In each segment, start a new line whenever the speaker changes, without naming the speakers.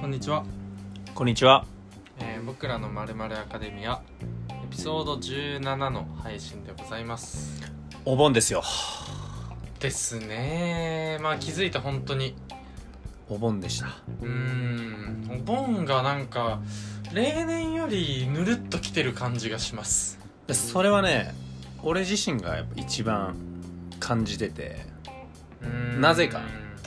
こんにちは、
こんにちは。
えー僕らのまるまるアカデミアエピソード17の配信でございます
お盆ですよ。
ですねまあ気づいた本当に
お盆でした。
うーんお盆がなんか例年よりぬるっときてる感じがします
でそれはね、俺自身がやっぱ一番感じてて、
うーん
なぜか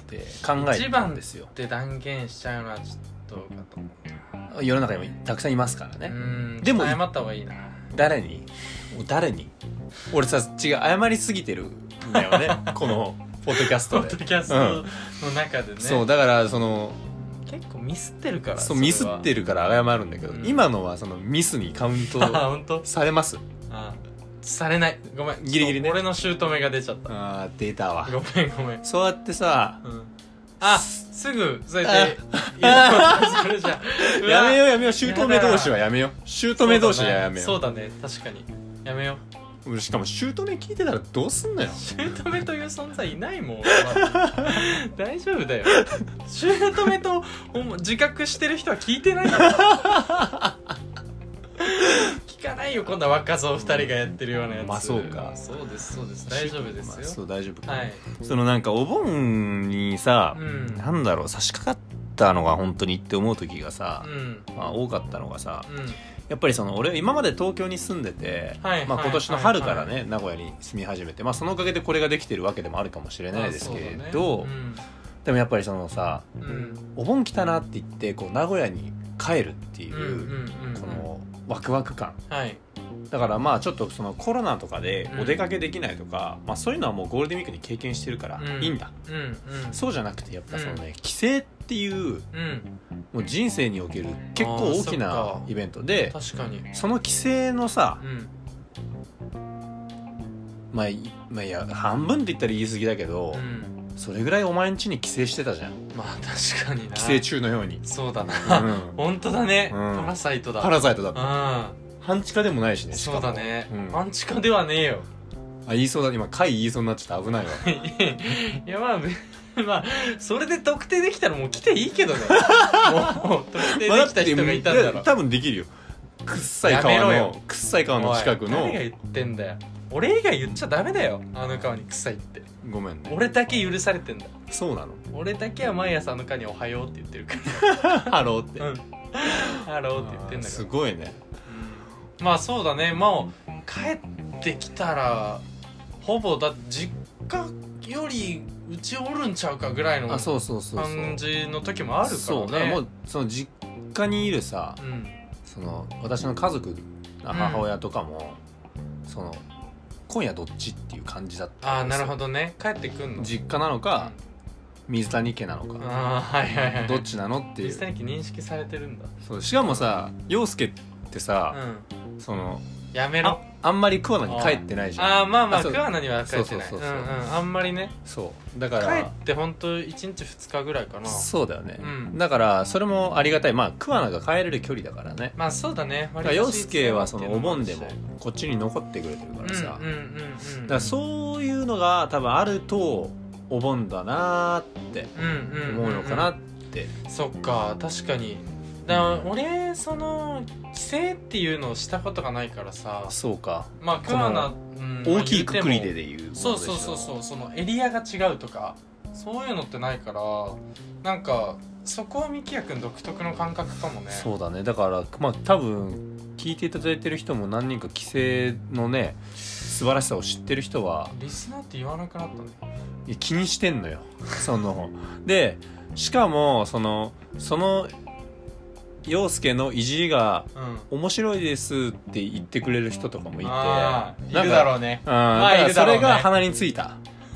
で考えて
一
たん
番
ですよ
っ。て断言しちゃうのはちょっとかと
世の中にもたくさんいますから
う
ね。
ーん
でも
ちょっと謝った方がいいな
誰にお誰に俺さ、違う、謝りすぎてるんだ よね。この、ポッドキャス
ポ
ト
ッド
で。
キャストの中でね、
そう、だから、その、
結構ミスってるから
そう、ミスって
る
るから謝るんだけど、
うん
今のはそのミスにカウン
あ
ト
本当
されます
あされないごめん
ギリギリね
俺の姑が出ちゃった
あー、出たわ。
ごめんごめん、
そうやってさ、
うん、あすぐそうやって言
あ
おうとするじゃんうわ
やめようやめよう、姑同士はやめよう。姑同士はやめよ
そう
う
だねそうだね確かにやめよう。
俺しかも姑聞いてたらどうすんのよ。
姑という存在いないもん大丈夫だよ姑とほんま自覚してる人は聞いてないよ聞かないよこんな若造二人がやってるようなやつ
まあそうか
そうですそうです大丈夫です
まあ
よ、
そう大丈夫。
はい
そのなんかお盆にさ
う、ん
なんだろう差し掛かったのが本当にって思う時がさ
う、ん
まあ多かったのがさ、
うん
やっぱりその俺今まで東京に住んでて、
はい
まあ
はい
今年の春からね名古屋に住み始めて、まあそのおかげでこれができてるわけでもあるかもしれないですけれ
あ
ど、
そうだね
でもやっぱりそのさ、
うんうん
お盆来たなって言ってこう名古屋に帰るってい
うんう
う
んうん
このワクワク感。
はい
だからまあちょっとそのコロナとかで
うん
お出かけできないとか、まあ、そういうのはもうゴールデンウィークに経験してるから
うん
いいんだ、
うんうん
そうじゃなくてやっぱそのね、帰省っていう
うん
もう人生における結構大き
あーそ
な
っか
イベントで
確かにうん
その帰省のさ、まあ、いまあいや半分って言ったら言い過ぎだけど、
うん
それぐらいお前ん家に帰省してたじゃん
まあ確かにな
帰省中のように、
そうだな
うん、
本当だね
う
パ
ん
ラサイトだ
パラサイトだって
う
半地下でもないしね
ん
し
そ
かも
うだね
うん
アンチカではねえよ
あ言いそうだ今回言いそうになっちゃった危ないわ
いやまあべまあそれで特定できたらもう来ていいけどねもう特定できた人がいたんだ
ま
ろ
あって多分できるよくっさい
や
川
めろよ
のくっさい川の近く
お
の
い誰が言ってんだよ俺以外言っちゃダメだよあの川に臭いって
ごめんね
俺だけ許されてんだ
そうなの
俺だけは毎朝あの蚊に「おはよう」って言ってるか
ハローって、
ら「うん、ハロー」って言ってんだ
す
から
ごいね
うんまあそうだねもう帰ってきたらほぼだ実家よりうちおるんちゃうかぐらいの
あそうそうそうそう
感じの時もあるからね
そうだからもうその実家にいるさ
うん
その私の家族母親とかも、その今夜どっちっていう感じだった
ああ
ん
な
です
る
よ
ほどね帰ってくんの
実家なのか水谷家なの
うん
か、
ああはいはいはい
どっちなのってい
水
う
谷家認識されてるんだ
そうしかもさ陽介って
う
さ、
ん
その
やめ
あ
ろ
あんまり桑名に帰ってないじゃん
ああまあまあ
そう
桑名には帰ってない
そううんそううそうそうん
あんまりね
そうだか
帰
ら
って本当一1日2日ぐらいかな
そうだよね、
うん
だからそれもありがたいまあ桑名が帰れる距離だからね
まあそうだね
だ
割
から
と
洋介はそのお盆でも
うん
こっちに残ってくれてるからさ、
うんうんう
だ
んうん
からそういうのが多分あるとお盆だなーって
うんうんうんうん
思うのかなって、
そっか確かにだから俺その帰省っていうのをしたことがないからさ
そうか
まあ桑名、うん
大きいくく
まあ言
りで
っても
でいうものでし
そ
ょ
うそうそうそうそのエリアが違うとかそういうのってないからなんかそこはみきやくん独特の感覚かもね
そうだねだからまあ多分聞いていただいてる人も何人か帰省のね素晴らしさを知ってる人は
リスナーって言わなくなったね
いや気にしてんのよ そのでしかもそのその陽介のいじりが
うん
面白いですって言ってくれる人とかもいて
あー
ないん
る
か
だろうね
うん、だ
い
か
るだろうね
らそれが鼻についた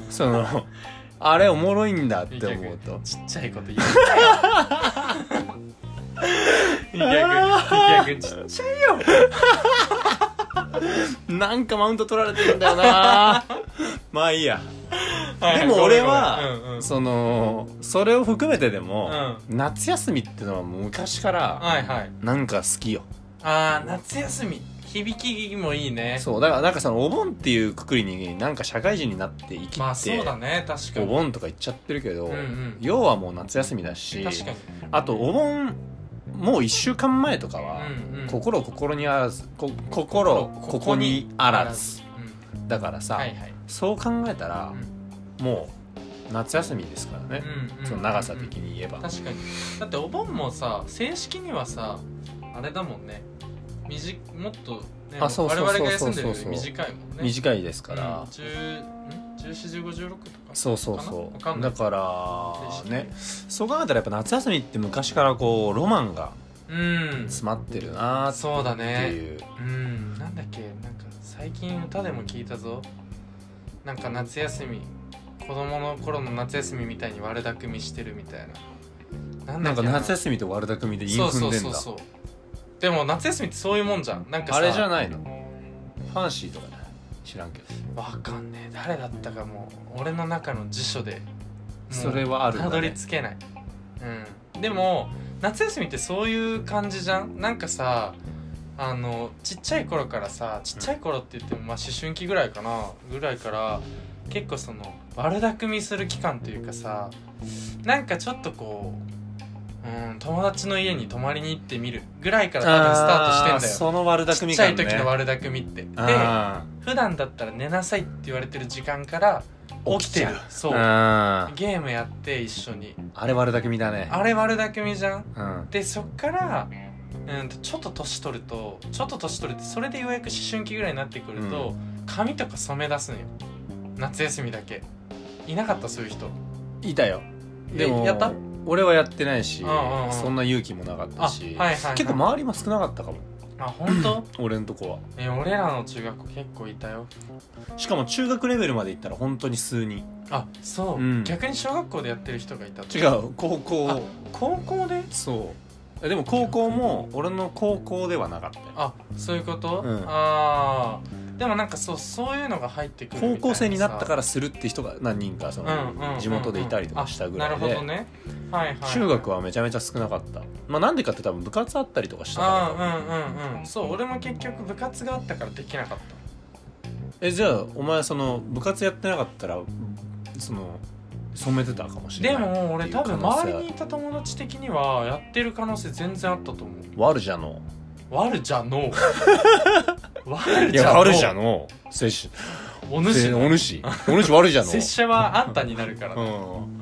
そ のあれおもろいんだって思うと
ちっちゃいこと言う なよみきやくんみきやくんちっちゃい
なんかマウント取られてるんだよ なまあいいや でも俺は、
うんうん
そのそれを含めてでも、
う
夏休みってのはもう昔から
はいはい
なんか好きよ
ああ夏休み響きもいいね
そうだからなんかそのお盆っていうくくりになんか社会人になって生きて、
まあそうだね確か
お
に
盆とか言っちゃってるけど、
うんうん
要はもう夏休みだし
確かに
あとお盆もう1週間前とかは、
うんうん
心心にあらずこ心
心
ここにあらず
うん
だからさ、
はいはい
そう考えたら、もう夏休みですからね、
うんうん
その長さ的に言えば、
確かにだってお盆もさ正式にはさあれだもんねみじもっと、ね、
あそうそうそう
我々が休んでるより
そうそうそう
短いもんね
短いですから、
うん、10ん141516とか
そうそう
かな
そ
わかん
う
ない
だからね
正
そう考えたらやっぱ夏休みって昔からこうロマンが
式うん
詰まってるなっ
そうだ
て
ね
いう
うんなんだっけなんか最近歌でも聞いたぞなんか夏休み子供の頃の夏休みみたいに悪巧みしてるみたいななん
なんか夏
休
休みと悪巧みで
み
韻
そうそ
踏ん
う
でん
そう
だ
そうでも夏休みってそういうもんじゃんなんかさ
あれじゃないのファンシーとかじゃない知らんけど
わかんねえ誰だったかもう俺の中の辞書でもう
それはあるんだ
た
ね
どり着けない、うん、でも夏休みってそういう感じじゃんなんかさあのちっちゃい頃からさちっちゃい頃って言ってもまあ思春期ぐらいかなぐらいから結構その悪巧みする期間というかさなんかちょっとこう、うん、友達の家に泊まりに行ってみるぐらいから多分スタートしてんだよ
あその悪巧
ち
み
っちゃ
感
い
ね
時の悪巧みってで
あ
普段だったら寝なさいって言われてる時間から起きてる
起きち
そ
ー
う
あー
ゲームやって一緒に
あれ悪巧みだね
あれ悪巧みじゃん
うん
でそっからうんとちょっと年取るとちょっと年取るってそれでようやく思春期ぐらいになってくると、髪とか染め出すのよ夏休みだけいなかったそういう人
いたよ
え
でも
やった
俺はやってないし
うんうんうん
そんな勇気もなかっ
あ
た
は
し
いはい、はい、
結構周りも少なかったかも
あ本当
俺のとこは
え俺らの中学校結構いたよ
しかも中学レベルまで行ったら本当に数人
あそう、
うん
逆に小学校でやってる人がいた
違う高
あ
校
高校で
そうでも高校も俺の高校ではなかったよ
あそういうこと、
うん
ああでもなんかそうそういうのが入ってくる
高校生になったかららするって人が何人かその地元でいたりとかしたぐらい
なる
で
ほどねはいはい
中学
は
はめちゃめちゃ少なかったまあなんでかって多分部活あったりとかしたから
あうんうんうんうんそう俺も結局部活があったからできなかった
えじゃあお前その部活やってなかったらその染めてたかもしれ
で
ない
も俺多分
っていう可能
周
性
りにいた友達的にはやってる可能性全然あったと思う
悪じゃの
悪じゃ のう悪
い
じゃの
や
う
悪じゃの接し
お
お
主の
主お主悪じゃの
拙者はあんたになるから、ね
う
うん、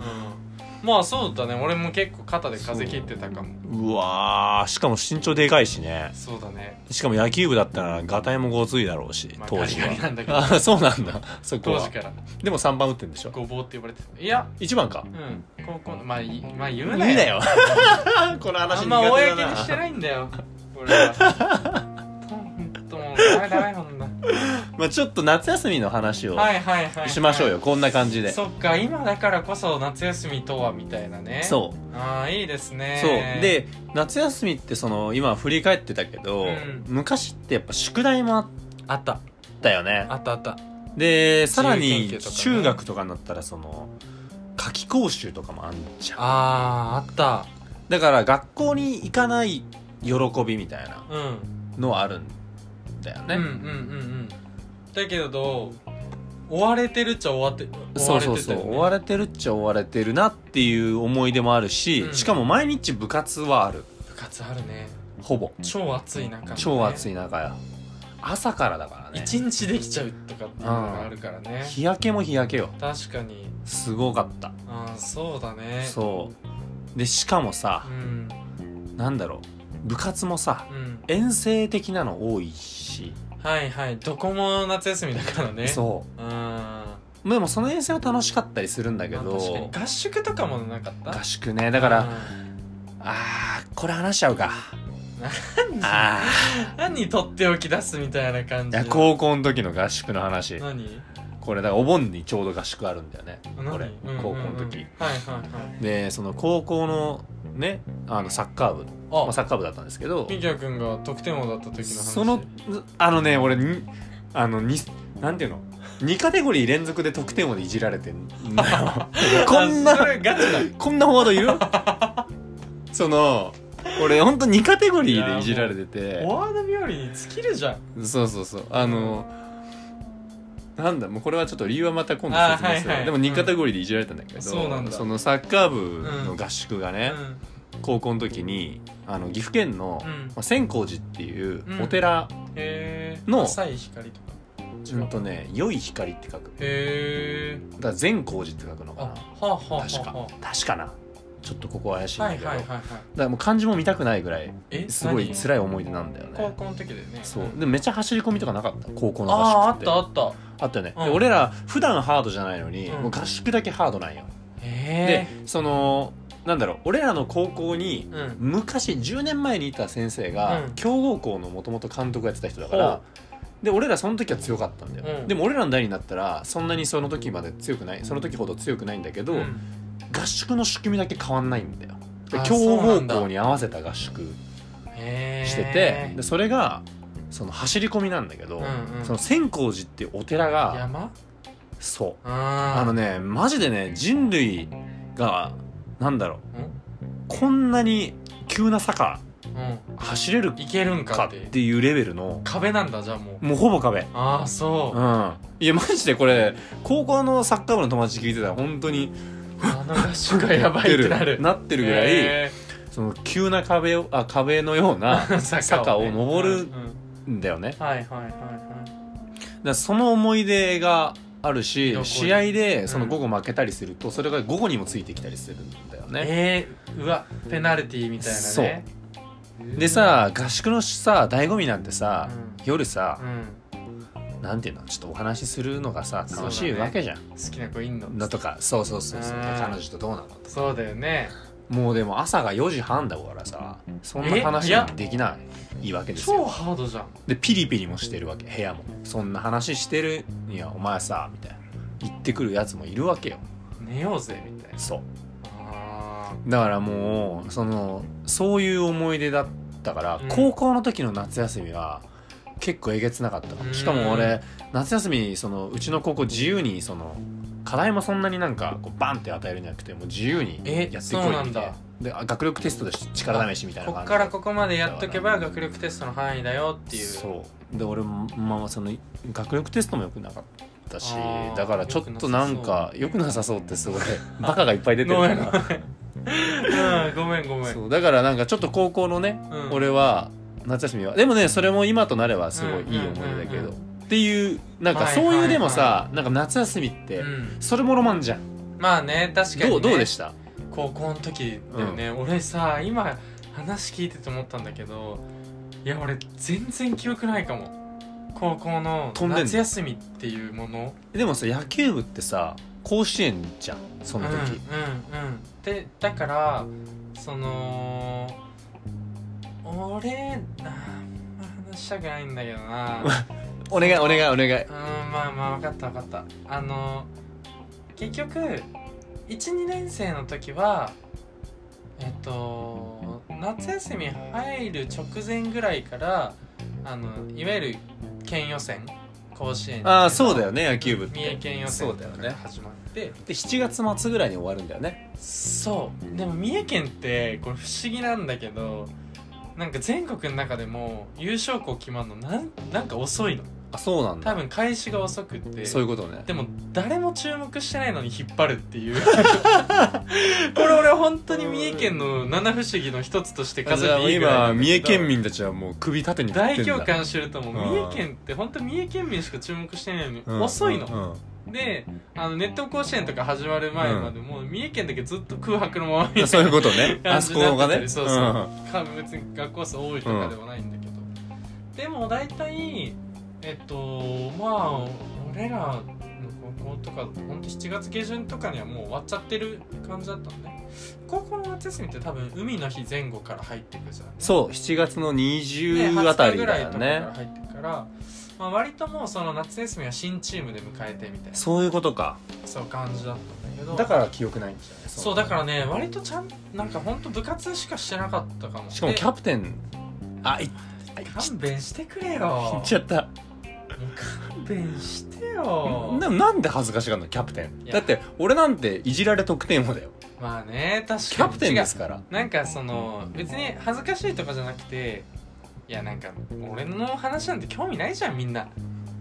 まあそうだね俺も結構肩で風切ってたかも
んうわーしかも身長でかいしね
そうだね
しかも野球部だったらガタイもごついだろうし
まあ
当時
ガリガリなんだけど
はあそうなんだそこ
当
は
時から
でも3番打ってんでしょ
ごぼうって呼ばれてたいや
1番か
うん高校のまあいまあ言う
無
な
理
よ
だよこの
あ
話
ん
苦手
ま公
だ
にして
な
ないんだよ俺はほんともうダメダメほんな
まあちょっと夏休みの話を
はいはいはい、はい、
しましょうよこんな感じで
そっか今だからこそ夏休みとはみたいなねう
そう
ああいいですね
そうで夏休みってその今振り返ってたけど、
うん
昔ってやっぱ宿題もあ
あった
ったよね
あったあった
でさら
自由
に
研究とかね
中学とかになったらその夏期講習とかもあんじゃん
あーあった
だから学校に行かない喜びみたいな
うん、
のはあるんだよね、
うんうんうんうんだけど追われてるっちゃ追わって追
そ
わ
う
れ
そう
てた
そ
よ
う
ね
追われてるっちゃ追われてるなっていう思い出もあるし、
うん
しかも毎日部活はある
部活あるね
ほぼ
超暑い中、ね、
超暑
い
い中や朝からだからね
一日できちゃうとかっていうのがあるからね
日焼けも日焼けよ
確かに
すごかった
ああそうだね
そうでしかもさ、
ん
なんだろう部活もさ
うん
遠征的なの多いし
はいはいどこも夏休みだからねう
そ
うんま
うでもその遠征は楽しかったりするんだけ
あ確かに
ど
合宿とかもなかった
合宿ねだから
うん
あーこれ話しちゃうかあ
何とっておき出すみたいな感
ーい
じ
や高校の時の合宿の話
何
これだからお盆にちょうど合宿あるんだよね
何
これ
うんうんうん
高校の時
はいはいはい
でその高校のねあのサッカー部
あ、
まあ、サッカー部だったんですけど
みきゃくんが得点王だった時の話
そのあのね俺にあのになんていうの2カテゴリー連続で得点をいじられてんの よこん
あそ
な
れガチだ
こんなフォワードいるその俺ほんと2カテゴリーでいじられてて
フォワード冥利に尽きるじゃん
そうそうそうあのなんだもうこれはちょっと理由はまた今度説明するわ
あはいはい
でも2カテゴリーでいじられたんだけど、
うんそうなんだ
のサッカー部の合宿がね、高校の時にあの岐阜県の、
うんうん
まあ、千光寺っていう
うん
お寺、
へえ
の
浅い光とか違
う
うん
とね「良い光」って書く
へえ
だから善光寺って書くの
あ
か
は
な
あはあはあ
確か
は
確かなちょっとここ怪しいん
あは
だ
い
けど、
はいはい
だか
はい
らもう漢字も見たくないぐらい
え
すごい
い
辛い思い出なんだよ
高
ね
校の時でね
そうでめっちゃ走り込みとかなかった高校の
ああ
合
あっ
宿って
たあった
あったよね、で
うん
俺ら普段ハードじゃないのに、
うん
もう合宿だけハードなんよで
へ
そのなんだろう俺らの高校に
えうん
昔10年前にいた先生が、
うん
強豪校のもともと監督やってた人だか
ほ
ら
う
で俺らその時は強かったんだよ、
うん
でも俺らの代になったらそんなにその時まで強くないその時ほど強くないんだけど、
うん
合宿の仕組みだけ変わんないんだよで
あ
強
そうな
豪
んだ
校に合わせた合宿
へえ
しててでそれがその走り込みなんだけど、
うんうん
その千光寺っていうお寺が
山
そう
あ
あの
ね
ねマジでね人類がなんだろうこんなに急な坂
う
走れる
んいけるんか
か
っ
ってていうレベルの
壁なんだじゃあもう
もうほぼ壁
ああ
う
そうん
いやマジでこれ高校のサッカー部の友達聞いてたら本当に
あの合宿がやばいってなる
なってるぐらい、
へ
その急な壁をあ壁のような
え坂ね
坂を登る
うんうん
んだよねだか
はいはいはいは
らその思い出があるし
どこに
試合でその午後負けたりするとそれが午後にもついてきたりするんだよね、
いえーうわペナルティーみたいなね
でさ合宿のさ醍醐味なんてさ、
うん
夜さ
う、ん
なんていうのちょっとお話しするのがさ
そうだね
楽しいわけじゃん
好きな子いんの
だとかそうそうそうそう
うん
彼女とどうなのとか
そうだよね
もうでも朝が4時半だからさそんな
え
話
いや
できないいいわけです
超
よ
ハードじゃん
でピリピリもしてるわけ部屋もそんな話してるにはお前さみたいな言ってくるやつもいるわけよ
寝ようぜみたいな
そう
あ
だからもうそのそういう思い出だったから、
うん
高校の時の夏休みは結構えげつなかったか
う
も
ん
しかも俺夏休みそのうちの高校自由にその課題もそんなになんかこうバンって与えるんじゃなくてもう自由に
え
やってこいみたい
そうなんだ
であ学力テストで力試しみたい
ー
な
こ
感
っ
じ
からここまでやっとけば学力テストの範囲だよっていう
そうで俺もまあその学力テストも良くなかったし
あー
だからちょっとなんか良くなさそうってすごいバカがいっぱい出てる
ご
か
めん
ら
ごめんうんごめんごめん
そうだからなんかちょっと高校のね、
うん
俺は夏休みはでもねそれも今となればすごいいい思い出だけど、
うんうんうんうん
っていうなんか
はい
そういうでもさ、
は
なんか夏休みって、
うん
それもロマンじゃん、
まあね確かにね
どうどうでした
高校の時だよね、俺さ今話聞いてて思ったんだけどいや俺全然記憶ないかも高校の
飛んでんの
夏休みっていうもの
でもさ野球部ってさ甲子園じゃんそ
うん
の
うんうん
時、
でだからその俺あんま話したくないんだけどな
お願いお願い
う
お願い
んまあまあ分かった分かったあの結局12年生の時はえっと夏休み入る直前ぐらいからあのいわゆる県予選甲子園
ああそうだ
よ
よね野球部っ
三重
て
県予選
そうだよね
が始まって
で7月末ぐらいに終わるんだよね
そうでも三重県ってこれ不思議なんだけどなんか全国の中でも優勝校決まるのなんなんか遅いの
あそうなん
多
だ
分開始が遅くって
そういうことね
でも誰も注目してないのに引っ張るって いうこれ俺本当に三重県の七不思議の一つとして数
じ
え
ゃあ
ていいぐら
今
い
三重県民たちはもう首縦に振って
大
んだ
共感してると思う
うん
三重県って本当三重県民しか注目してないのに
うん
遅いの、
うん
であのネット甲子園とか始まる前までもう三重県だけずっと空白のままみたい
そういうことね。
な
あ
感
そ
じ
こ
にな
が
ってた
ね。
りそうそう、
ん
か別に学校数多いとかではないんだけど、でも大体えっとまあ俺らの高校とかほんと7月下旬とかにはもう終わっちゃってる感じだったのね高校の夏休みって多分海の日前後から入ってくじゃん
そう、7月の
ね
20あた
20
り
ぐら
だ
い
よ
とかから
ね。
入ってくから、まあ、割ともうその夏休みは新チームで迎えてみたいな
そういうことか。
そう感じだったんだけど
から記憶ないんじゃない
そうだからね割とちゃんなんかほんと部活しかしてなかったかも
しかも
で
キャプテン、あ、い、い
勘弁してくれよ
っちゃった。
もう勘弁してよ
でもなんで恥ずかしがるのキャプテン
いや
だって俺なんていじられ得点王だよ
まあね確かに
キャプテン
違う
ですから
なんかその別に恥ずかしいとかじゃなくていやなんか俺の話なんて興味ないじゃんみんな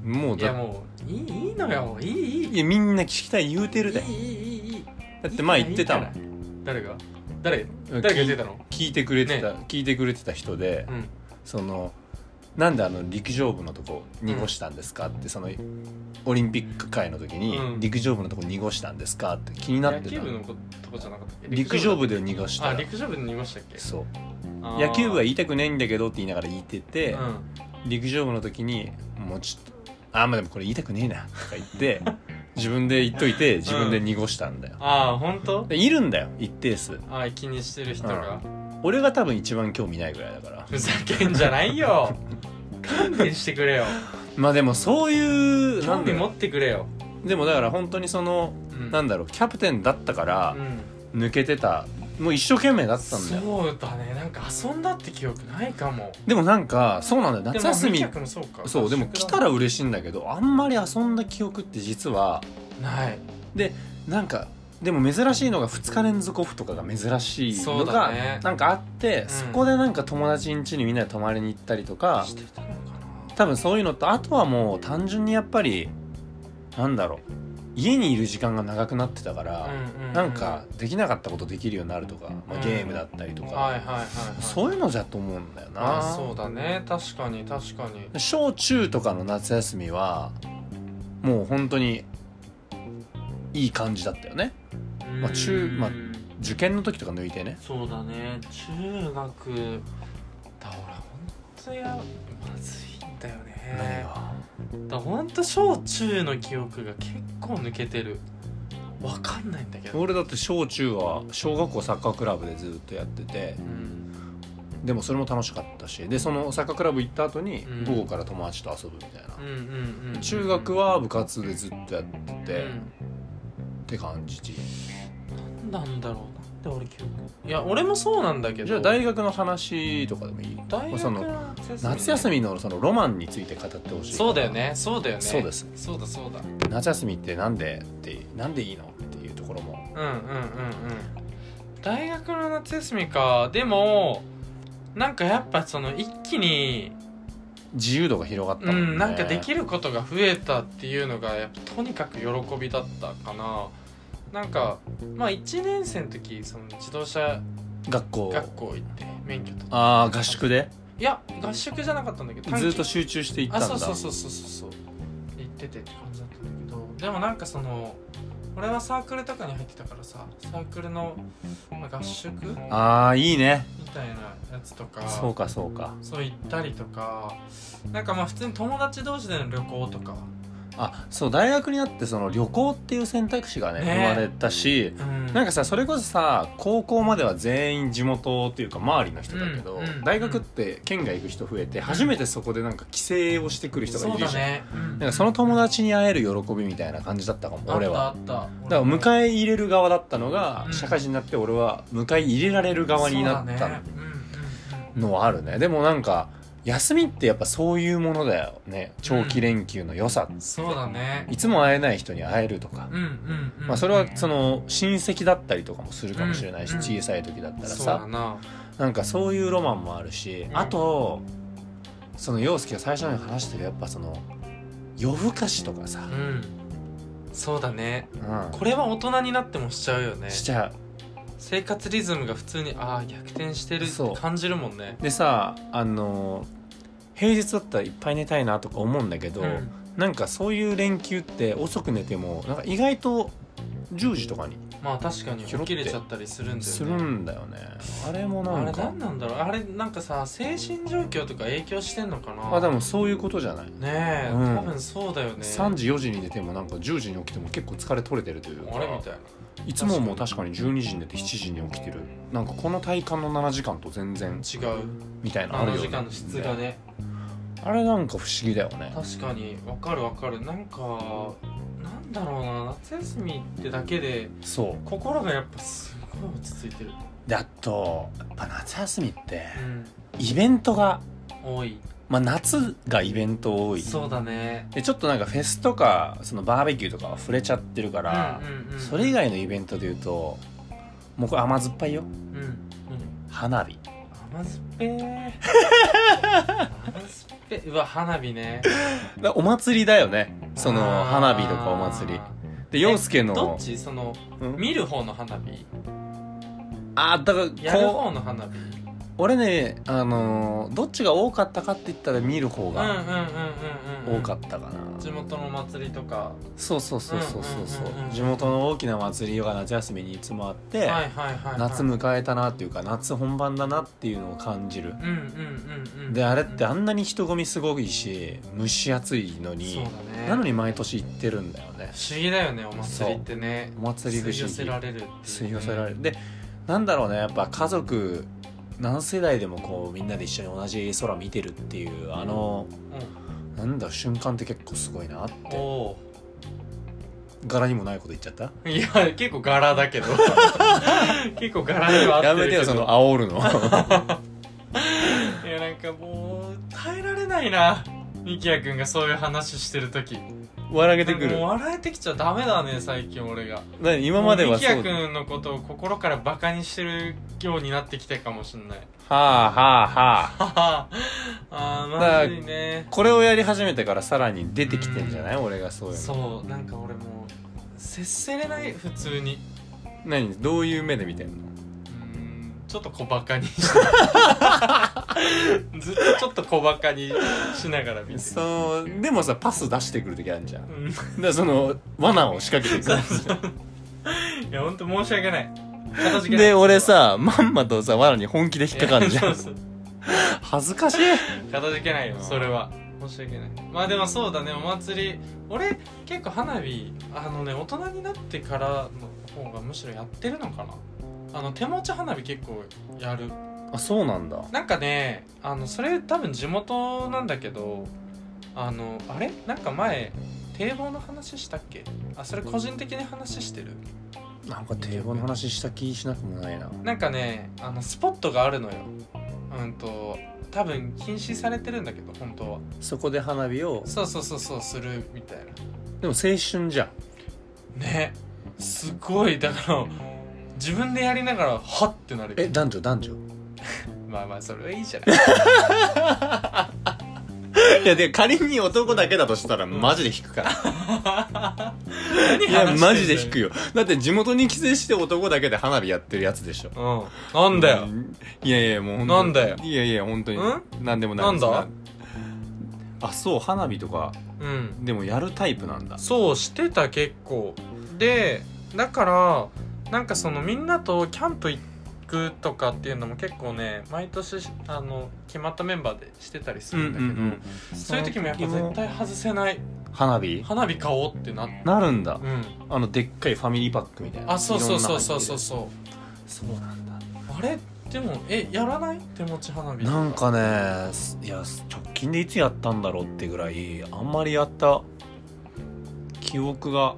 もう
いや
だ
もういいいいのよいいいいいいいいいい
いやみんな聞きたい言うてるで
いいいい
だって前言ってたもん
いいから誰が誰誰が言ってたの
聞いてくれてた、聞いてくれてた人で、
うん
そのなんであの陸上部のとこ濁したんですかって、そのオリンピック会の時に、
うん
陸上部のとこ濁したんですかって気になっ
野
て
球
た
部のことこじゃなかったっけ
陸上
部
部で濁した
あ
ら
陸上部にいましたっけ
そう
あー
野球部は言いたくないんだけどって言いながら言ってて、
うん
陸上部の時にもうちょっとあまあでもこれ言いたくねえなとか言って 自分で言っといて自分で濁したんだよ、
ああ本当
でいるんだよ一定数
ああ気にしてる人が
俺が多分一番興味ないぐらいだから
ふざけんじゃないよ勘弁してくれよ
まあでもそういうな
興
んだ
味
ろう
持ってくれよ
でもだから本当にその、
うん
なんだろうキャプテンだったから
うん
抜けてたもう一生懸命だったんだよ
そうだねなんか遊んだって記憶ないかも
でもなんかそうなんだよ
でも
夏休み
まあ美脚もそうか
そうでも
合宿
来
だ
たら嬉しいんだけどあんまり遊んだ記憶って実は
ない
なんかでも珍しいのが2日連続オフとかが珍しい
そ
の
うだ
が、
ね
なんかあって、
ん
そこでなんか友達ん家にみんなで泊まりに行ったりとか
してたのかな
多分そういうのとあとはもう単純にやっぱりなんだろう家にいる時間が長くなってたから、
うんう
なんかできなかったことできるようになるとか、ま
う
あ、
ん
ゲームだったりとか、
はいはいはいはい
そういうのじゃと思うんだよな
あそうだね確かに確かに
小中とかの夏休みはもう本当にいい感じだったよねまあ中
うん
まあ受験の時とか抜いてね
そうだね中学だ俺本当やまずいんだよ
何
ね
が
だ本当小中の記憶が結構抜けてるわかんないんだけど
俺だって小中は小学校サッカークラブでずっとやってて
うん
でもそれも楽しかったしでそのサッカークラブ行った後に
うん
午後から友達と遊ぶみたいな
うん、うんうん
中学は部活でずっとやっ
う
てて、っ
ん
て感じじ
なんだろうなんで俺記憶いや俺もそうなんだけど
ゃあ大学の話とかでもいい
大学
そ
の
の
夏休み
夏休みのそのロマンについて語ってほしい
そうだよねそうだよね
そうです
そうだそうだ
夏休みってなんでってなんでいいのっていうところも
うんうんうんうん大学の夏休みかでもなんかやっぱその一気に
自由度が広がった
う
もんね、
んなんかできることが増えたっていうのがやっぱとにかく喜びだったかななんかまあ1年生の時その自動車
学校
学校行って免許取って
ああ合宿で
いや合宿じゃなかったんだけど短期
ずっと集中していったんだ
あそうそうそうそうそうそう行っててって感じだったんだけどでもなんかその俺はサークルとかに入ってたからさサークルのまあ合宿み
あーいいね
たいなやつとか
そうかそうか
そう行ったりとかなんかまあ普通に友達同士での旅行とか、
あそう大学になってその旅行っていう選択肢がね
ね
生まれたし
うん、
なんかさそれこそさ高校までは全員地元っていうか周りの人だけど、
うんうん
大学って県外行く人増えて初めてそこでなんか帰省をしてくる人がい
そう
るじゃ
だ
ん、
ね、うん
なんかその友達に会える喜びみたいな感じだったかも俺は
あったあった
だから迎え入れる側だったのが、
うん
社会人になって俺は迎え入れられる側になっ
そうだね
たのはあるねでもなんか休みってやっぱそういうものだよね長期連休の良さ、
うんそうだね
いつも会えない人に会えるとか
うん、うん、うん、
まあ、それはその親戚だったりとかもするかもしれないし、
うん
小さい時だったら
そうだ
さ
な
なんかそういうロマンもあるし、
うん
あとその陽介が最初に話してるやっぱその夜更かしとかさ、
うんそうだね
うん
これは大人になってもしちゃうよね
しちゃう
生活リズムが普通にああ逆転してるっ
そう
て感じるもんね
でさあの平日だったらいっぱい寝たいなとか思うんだけど、
ん
なんかそういう連休って遅く寝てもなんか意外と10時とかに
まあ確かに起きれちゃったりするんだ
す
よ
る
ね
んだよねあれも
あ
な
れ
んか
何なんだろうあれなんかさ精神状況とか影響してんのかな
あでもそういうことじゃない、
ねえ、
うん
多分そうだよね
3時4時に寝てもなんか10時に起きても結構疲れ取れてるというか
あれみたいない
つももう確かに12時に寝て7時に起きてるなんかこの体感の7時間と全然
違う
みたいな
あ
あるよ
の
ね
時間の質がね
あれなんか不思議だよね
確かにわかるわかるなんかなんだろうな夏休みってだけで
そ
心がやっぱすごい落ち着いてる
うであとやっぱ夏休みって
うん
イベントが
多い
まあ、夏がイベント多い
そうだね
でちょっとなんかフェスとかそのバーベキューとかは触れちゃってるから、
うんうんうん、
それ以外のイベントでいうともうこれ甘酸っぱいよ
うん、うん、
花火
甘酸っぺー甘酸っぺーうわ花火ね
だお祭りだよねその
あー
花火とかお祭りで
え
陽介
ど
の
っちその
うん
見る方の花火
あーだ
や
から
る
こう
方の花火
俺ねあのーどっちが多かったかって言ったら見る方
うんうんうん
が
うんうん
多かったかな、
地元のお祭りとか
そうそうそうそうそうそう,、
うんうんうんうん
地元の大きな祭りが夏休みにいつもあって、
はいはいはい、はい、
夏迎えたなっていうか夏本番だなっていうのを感じる、
うんうんうんうん
であれってあんなに人混みすごいし蒸し暑いの
そう
に、
だね
なのに毎年行ってるんだよね
不思議だよねお祭りってね
お祭り不
吸い寄
思
せ
議
られるっていうね
吸い寄せられるでなんだろうねやっぱ家族何世代でもこうみんなで一緒に同じ空見てるっていうあの、なんだ瞬間って結構すごいなっ
お
て
お
柄にもないこと言っちゃった
ーいや結構柄だ けど結構柄には合
や
って
め
る
て
けど
よその 煽るの
いやなんかもう耐えられないなミキヤくんがそういう話してる時
笑け
な
て
ん
く
かもう
る
笑えてきちゃダメだね最近俺が
何今までは
ミキ
そう
ヤくんのことを心からバカにしてるようになってきたかもしんない
はあはあはあ
ははあーまずいね
これをやり始めてからさらに出てきてんじゃない俺がそういうの
そうなんか俺もう接せれない普通に
何どういう目で見てんの
うんちょっと小バカにしてずっとちょっと小バカにしながら見てる
そうでもさパス出してくる時あるじゃんだか
うん
らその罠を仕掛けてくる
いや本当申し訳ない片付けない
で俺さまんまとさ罠に本気で引っかかるじゃ
いや
ん
そうそう
恥ずかしい
片付けないよそれは申し訳ないまあでもそうだねお祭り俺結構花火あのね大人になってからの方がむしろやってるのかなあの手持ち花火結構やる
あそうなんだ
なんかねあのそれ多分地元なんだけどあのあれなんか前堤防の話したっけあそれ個人的に話してる
なんか堤防の話した気しなくもないな
なんかねあのスポットがあるのようんと多分禁止されてるんだけど本当は
そこで花火を
そうそうそうそうするみたい
でも青春じゃん
なねすごいだから自分でやりながらはってなる
え男女男女
まあまあそれはいいじゃない
いやで仮に男だけだとしたら
ん
マジで引くから
何話してん
い
だよ
やマジで引くよだって地元に帰省して男だけで花火やってるやつでしょ
うんなんだよ
いやいやもう本当
なんだよ
いやいや本当に
ん
なんでもない
なんだ
あそう花火とか
うん
でもやるタイプなんだ
そうしてた結構でだからなんかそのみんなとキャンプ行くとかっていうのも結構ね毎年あの決まったメンバーでしてたりするんだけど、そういう時もやっぱ絶対外せない
花火
花火買おうってなって
なるんだ
うん
あのでっかいファミリーパックみたいな
あそうそうそうそうそうそ
そ
う
そうなんだ
あれでもえやらない手持ち花火と
なんかねすいや直近でいつやったんだろうってぐらいあんまりやった記憶が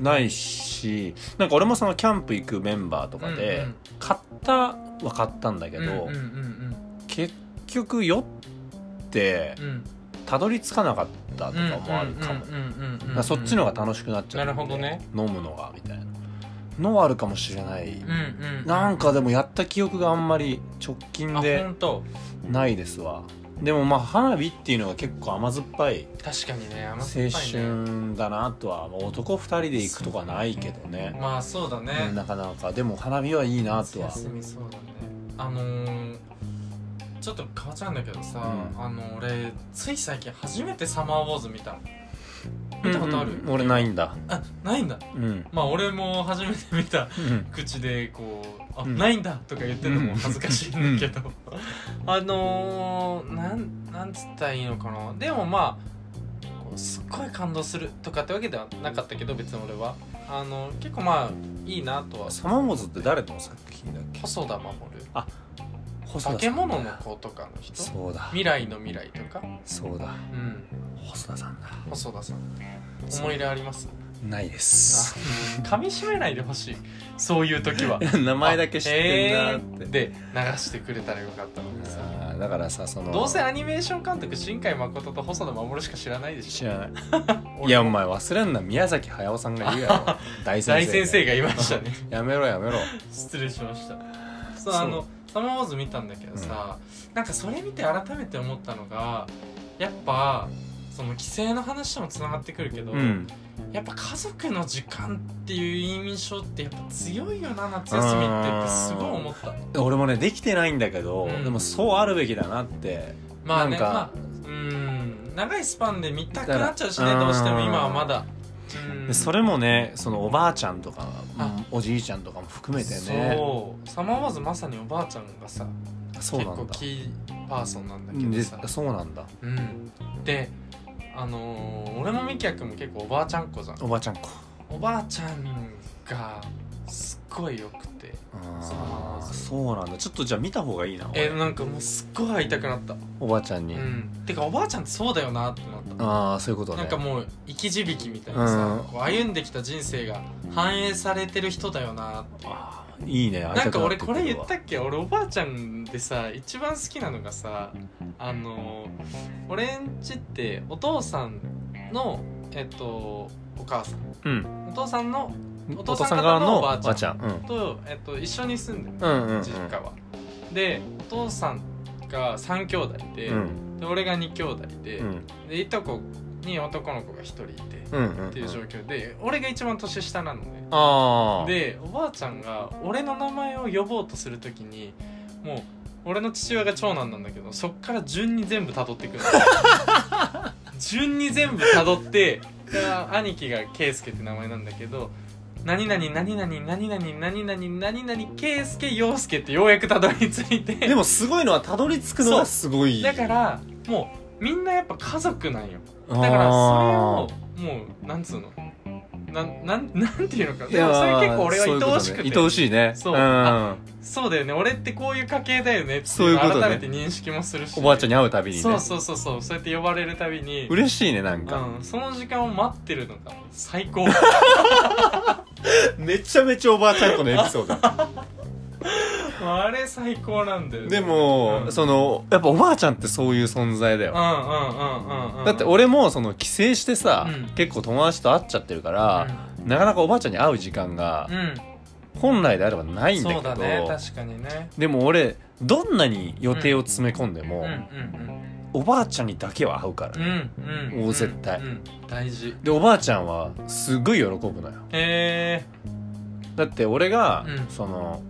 ないしなんか俺もそのキャンプ行くメンバーとかで、買ったは買ったんだけ
う
ど、
んうんうんうん
結局酔って
うんうん
たどり着かなかったとかもあるかも、
うんうんうんうんうん
だからそっちの方が楽しくなっちゃって
なるほどね
飲むのがみたいなのはあるかもしれない、
うんうんうん
なんかでもやった記憶があんまり直近
あ
で
本当
ないですわでもまあ花火っていうのが結構甘酸っぱい
確かにね
青
甘酸っぱいね
春だなとは、まあ男2人で行くとかないけどね
まあそうだね、
うんなかなかでも花火はいいなとは
夏休みそうだねあのー、ちょっと変わっちゃうんだけどさ、
う
あの俺つい最近初めてサマーウォーズ見たの見たことある、
うんうん俺ないんだ
あないんだ
うん
まあ俺も初めて見た
うん
口でこう「あ、
うん
ないんだ」とか言ってるのも恥ずかしいんだけど、 あのー、なんなんつったらいいのかなでもまあこうすっごい感動するとかってわけではなかったけど別に俺はあの結構まあいいなとは
サマモズって誰の作品だっけ
細田守
細
化
田
け
さん
物の子とかの人
そうだ
未来の未来とか
そうだ
うん
細田さんだ
細田さん
そう
思い入れあります
ないです
あ噛み締めないでほしいそういう時 は
名前だけ知ってんなって、
えーで流してくれたらよかったのにさ
あーだからさその
どうせアニメーション監督新海誠と細田守しか知らないでし
知
ょ
らないいやお前忘れんな宮崎駿さんが言うやろ大先
大
生
先生がいました ね
やめろやめろ
失礼しましたそう
そう
あの「サマーウォーズ」見たんだけどさ、なんかそれ見て改めて思ったのがやっぱその規制の話ともつながってくるけど、
うん
やっぱ家族の時間っていう印象ってやっぱ強いよな夏休みってってすごい思った
俺もねできてないんだけど、
うん
でもそうあるべきだなって
まあね
なんか
まあうん長いスパンで見たく
だから
なっちゃうしねどうしても
うん
今はまだうん
でそれもねそのおばあちゃんとか
あ
おじいちゃんとかも含めてね
そうサマーワーズまさにおばあちゃんがさ
そう
結
な
構
んだ
キーパーソンなんだけ
うん
ど
で
さ
そうなんだ
うんであのー俺もみきやくんも結構おばあちゃん子じゃん
おばあちゃん子
おばあちゃんがすっごいよくて
あーそうなんだちょっとじゃあ見た方がいいな、
え
俺
なんかもうすっごい会いたくなった
おばあちゃんに、
うん、てかおばあちゃんってそうだよなってなった、
ああそういうことね
なんかもう生き字引みたいなさ、
うん
こう歩んできた人生が反映されてる人だよなって
あーいいね
なんか俺これ言った
っ
っけ俺おばあちゃんでさ一番好きなのがさあの俺んちってお父さんのえっとお母さん
うん
お父さんの
お
お
父
父
さ
さ
ん
ん
側
側
の
の
お
お
ば
ば
あ
あ
ち
ち
ゃん
ゃんと、えっと、一緒に住んでる
うんうんうんうん
実家は、でお父さんが3兄弟で,、
うん
で俺が2兄弟で、
うん
でいとこに男の子が一人いてっ
うんうん
ていう状況で俺が一番年下なのね
ああ
でおばあちゃんが俺の名前を呼ぼうとするときにもう俺の父親が長男なんだけどそっから順に全部辿ってくる 順に全部辿ってだから兄貴が圭介って名前なんだけど何々何々何々何々何々圭介陽介ってようやくたどり着いて
でもすごいのはたどり着くのがすごい
だからもうみんなやっぱ家族なんよ
だ
だからそれをもうなんつうのなんなん なんていうのかでもそれ結構俺は愛おしくてそう,、
愛おしいね
そうんあだよね俺ってこういう家系だよねって
そういうことね
改めて認識もするし
おばあちゃん
に
に会うたびにね
そうそうそうそうそうやって呼ばれるたびに
嬉しいねなんか、
うん、その時間を待ってるのが最 高
めちゃめちゃおばあちゃん子のエピソー
あれ最高なんだよ
ド
ね
でも、
うん
そのやっぱおばあちゃんってそういう存在だ
うん
よ、
うんうんうんうん
だって俺もその帰省してさ、
うん
結構友達と会っちゃってるから、なかなかおばあちゃんに会う時間が
うん、
本来であればな
う
い
ん、
んだけ
そ
ど
うだね確かにね
でも俺どんなに予定を詰め込んで
う
も
んう、ん
おばあちゃんにだけは会うから、
うんうんうん
もう絶対
うん、大事
でおばあちゃんはすごい喜ぶのよ
へ
だって俺が、
うん
その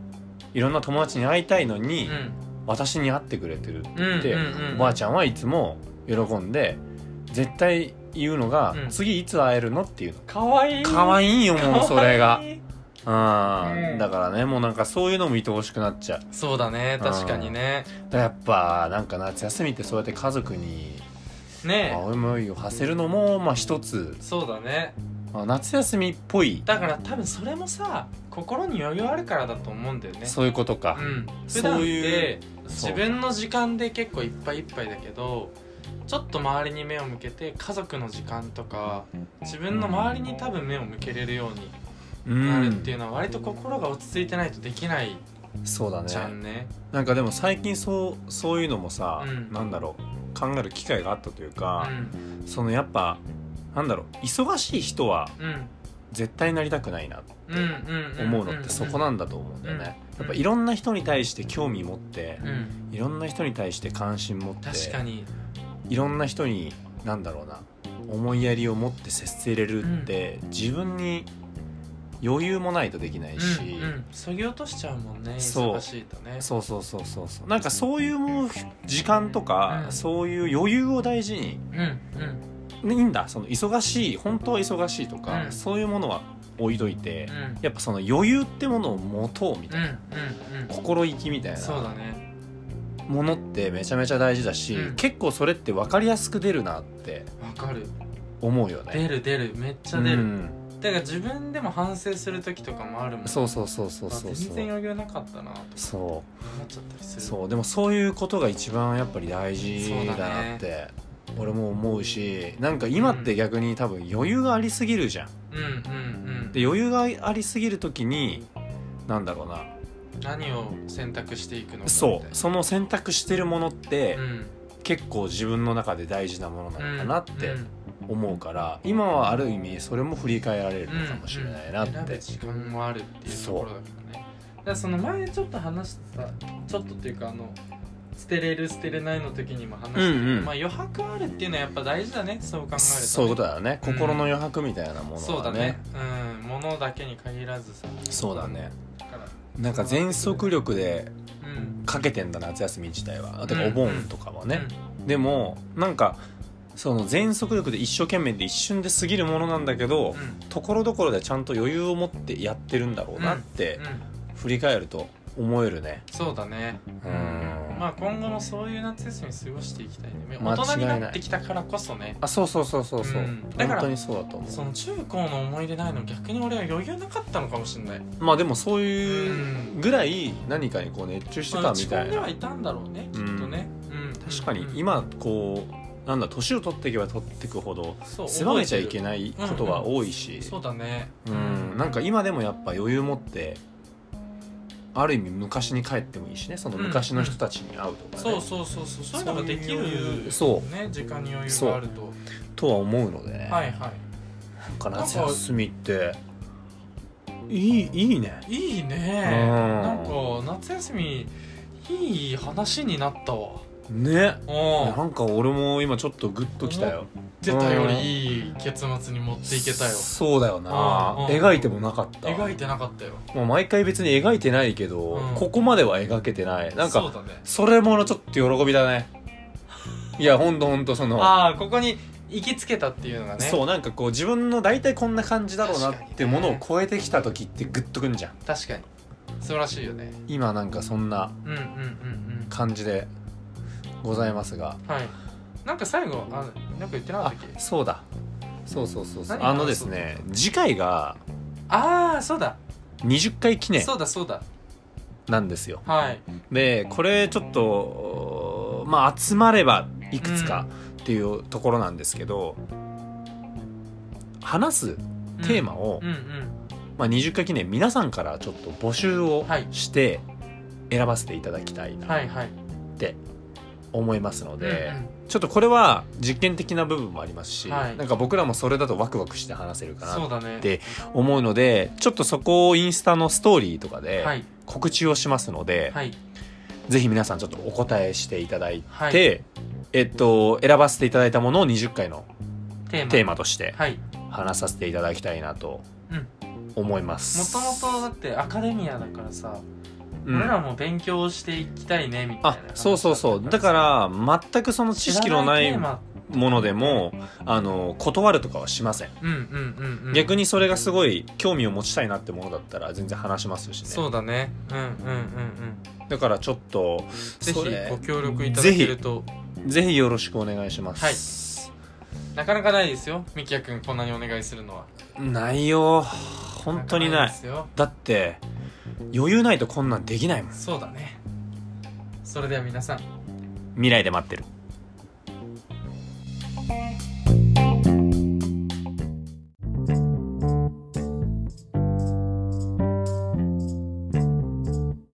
いろんな友達に会いたいの
え
に、
うん
私に会ってくれてる
うん
って、
うんうん
おばあちゃんはいつも喜んで絶対言うのが、
うん
次いつ会えるのっていうの
かわいい
可愛いよ
かわ
もうそれが
いい
うん、
うん
だからねもうなんかそういうのも愛おしくなっちゃう
そうだね確かにね
だからやっぱなんか夏休みってそうやって家族に
ねえ
思いを馳せるのもまあ一つ
そうだね
まあ夏休みっぽい
だから多分それもさ心に余裕あるからだと思うんだよね
そういうことか、
うん
そ
普
う
段っ
いう
て
そ
自
う
分の時間で結構いっぱいいっぱいだけどちょっと周りに目を向けて家族の時間とか自分の周りに多分目を向けれるように
うん
なるっていうのは割と心が落ち着いてないとできない
そうだ
じゃん
ね
ね
なんかでも最近そうそういうのもさ、
うん
なんだろう考える機会があったという
う
か、
ん
そのやっぱなんだろう忙しい人は
うん
絶対なりたくないな
うんうんうん
思うのってそこなんだと思うんだよね、
うん
やっぱいろんな人に対して興味持って
う、ん
いろんな人に対して関心持って
確かに
いろんな人になんだろうな思いやりを持って接せれるって、自分に余裕もないとできないし、
うんうん、そぎ落としちゃうもんね
そう
忙しいとね
そうそうそうそうそうなんかそういうもう時間とか、
うん
そういう余裕を大事に
うんうん
いいんだその忙しい本当は忙しいとか、
うん
そういうものは置いといて、
うん
やっぱその余裕ってものを持とうみ
う
たい
ん
な、
うん
心意気みたい
うん
な
そうだね
ものってめちゃめちゃ大事だし、
うん
結構それって分かりやすく出るなって
わかる
思うよね。
出る出るめっちゃ出る、
うん
だから自分でも反省する時とかもあるもん
そうそうそうそう
あ
そうそ
全然
う
余裕なかったなとか
そ
思っちゃったり
う
する
そうでもそういうことが一番やっぱり大事だなって俺も思うしなんか今って逆に多分余裕がありすぎるじゃん。
うんうんう
で余裕がありすぎる時になんだろうなん
何を選択していくのかみたいな
そうその選択してるものって
ん
結構自分の中で大事なものなのかなって
うん
思うから今はある意味それも振り返られるのかもしれないなっ
選ぶ
て。
時間もあるっていうところだからねだからその前ちょっと話したちょっとっていうかあの捨てれる捨てれないの時にも話したけど、
うんうん
まあ余白あるっていうのはやっぱ大事だねそう考えるとね、
そういうことだよね
うん
心の余白みたいなもの
そう
は
だ
ね
ねうん物だけに限らずさ
そうだね
だから
なんか全速力で
うん
かけてんだ夏休み自体はてか
う
お
ん
盆とかはね、でもなんかその全速力で一生懸命で一瞬で過ぎるものなんだけ
うん
ど、
うん
ところどころでちゃんと余裕を持ってやってるんだろうなって
うん
振り返ると思えるね
そうだね
うん
まあ今後もそういう夏休み過ごしていきたいね
間
大
違いない
人になってきたからこそね
あそうそうそうそうそう、
うんだから
本当にそうだと思
その中高の思い出ないの逆に俺は余裕なかったのかもしれない、
うまあでもそう
う、
いうんぐらい何かにこう熱中して
まあ
た
打
み
ち
た
込ん
い
で
な
はいたんだろうねきっとね、うん
確かに
うん
今こうなんだ年を取っていけば取っていくほど
そう
狭めちゃいけ
ない
ないことが多いし、
そうだね
うん、なんか今でもやっぱ余裕持ってある意味昔に帰ってもいいしねその昔の人たちに会うとかね、
そうそうそうそうそういうのができ
そういう余
る
裕そ
ね時間に余裕があると
とは思うのでね、
はいは
なんか夏休みっていいいいね
いいいね
うん
なんか夏休みいい話になったわ
ね
う
なんんか俺も今ちょっとグッときたよ
出た
う
よ
ん
いい結末に持っていけたよ
そうだよな、
うんうん
描いてもなかった
描いてなかったよ
もう毎回別に描いてないけど、
うん
ここまでは描けてないなん
そ
か
うだね
それものちょっと喜びだねいやほんとほんとその
ああここに行きつけたっていうのがね
そうなんかこう自分の大体こんな感じだろうな
確かに
っ
ね
てものを超えてきた時ってグッとくんじゃん
確かに素晴らしいよね
今なんかそんな
うんうんうんうん
感じでございますが
はい。なんか最後、あ、なんか言ってなかっ
あ
たっけ。
そうだそうそうそうそう
何が
あのですね次回が
ああ、そうだ。
20回記念
そうだ、そうだ。
なんですよ
はい。
でこれちょっとまあ集まればいくつかっていうところなんですけど、話すテーマを、
うん。うん
まあ、20回記念皆さんからちょっと募集を
はい
して選ばせていただきたい
うん。
な
はいはい。
思いますので、
うんうん
ちょっとこれは実験的な部分もありますし、
はい
なんか僕らもそれだとワクワクして話せるか
そ
な
うだね。
でと思うのでちょっとそこをインスタのストーリーとか
は
で
い。
告知をしますので、
はい。
ぜひ皆さんちょっとお答えしていただいて、
はい
えっと、選ばせていただいたものを20回の
テーマ。
テーマとして
はい。
話させていただきたいなと
うん
思いま
も
す。
ともとだってアカデミアだからさ、
うん
俺らも勉強していきたいねみたい
あ
な。
そうそうそうだ
ら
から全くその知識のな
知
い
らない
ものでもあの断るとかはしません、
テーマ。うんうんうんうん。
逆
に。
にそれがすごい興味を持ちたいなってものだったら全然話しますしね
そうだね。うんうんうんうん。
だからちょっと
ぜひ
それ
ご協力いただけると、
ぜひよろしくお願いします、
なかなかないですよ。みきやくんこんなにお願いするのは。
ないよ本当に
か
な
か
い
ですよ。
だって余裕ないとこんなんできないもん
そうだね。それでは皆さん。
未来で待ってる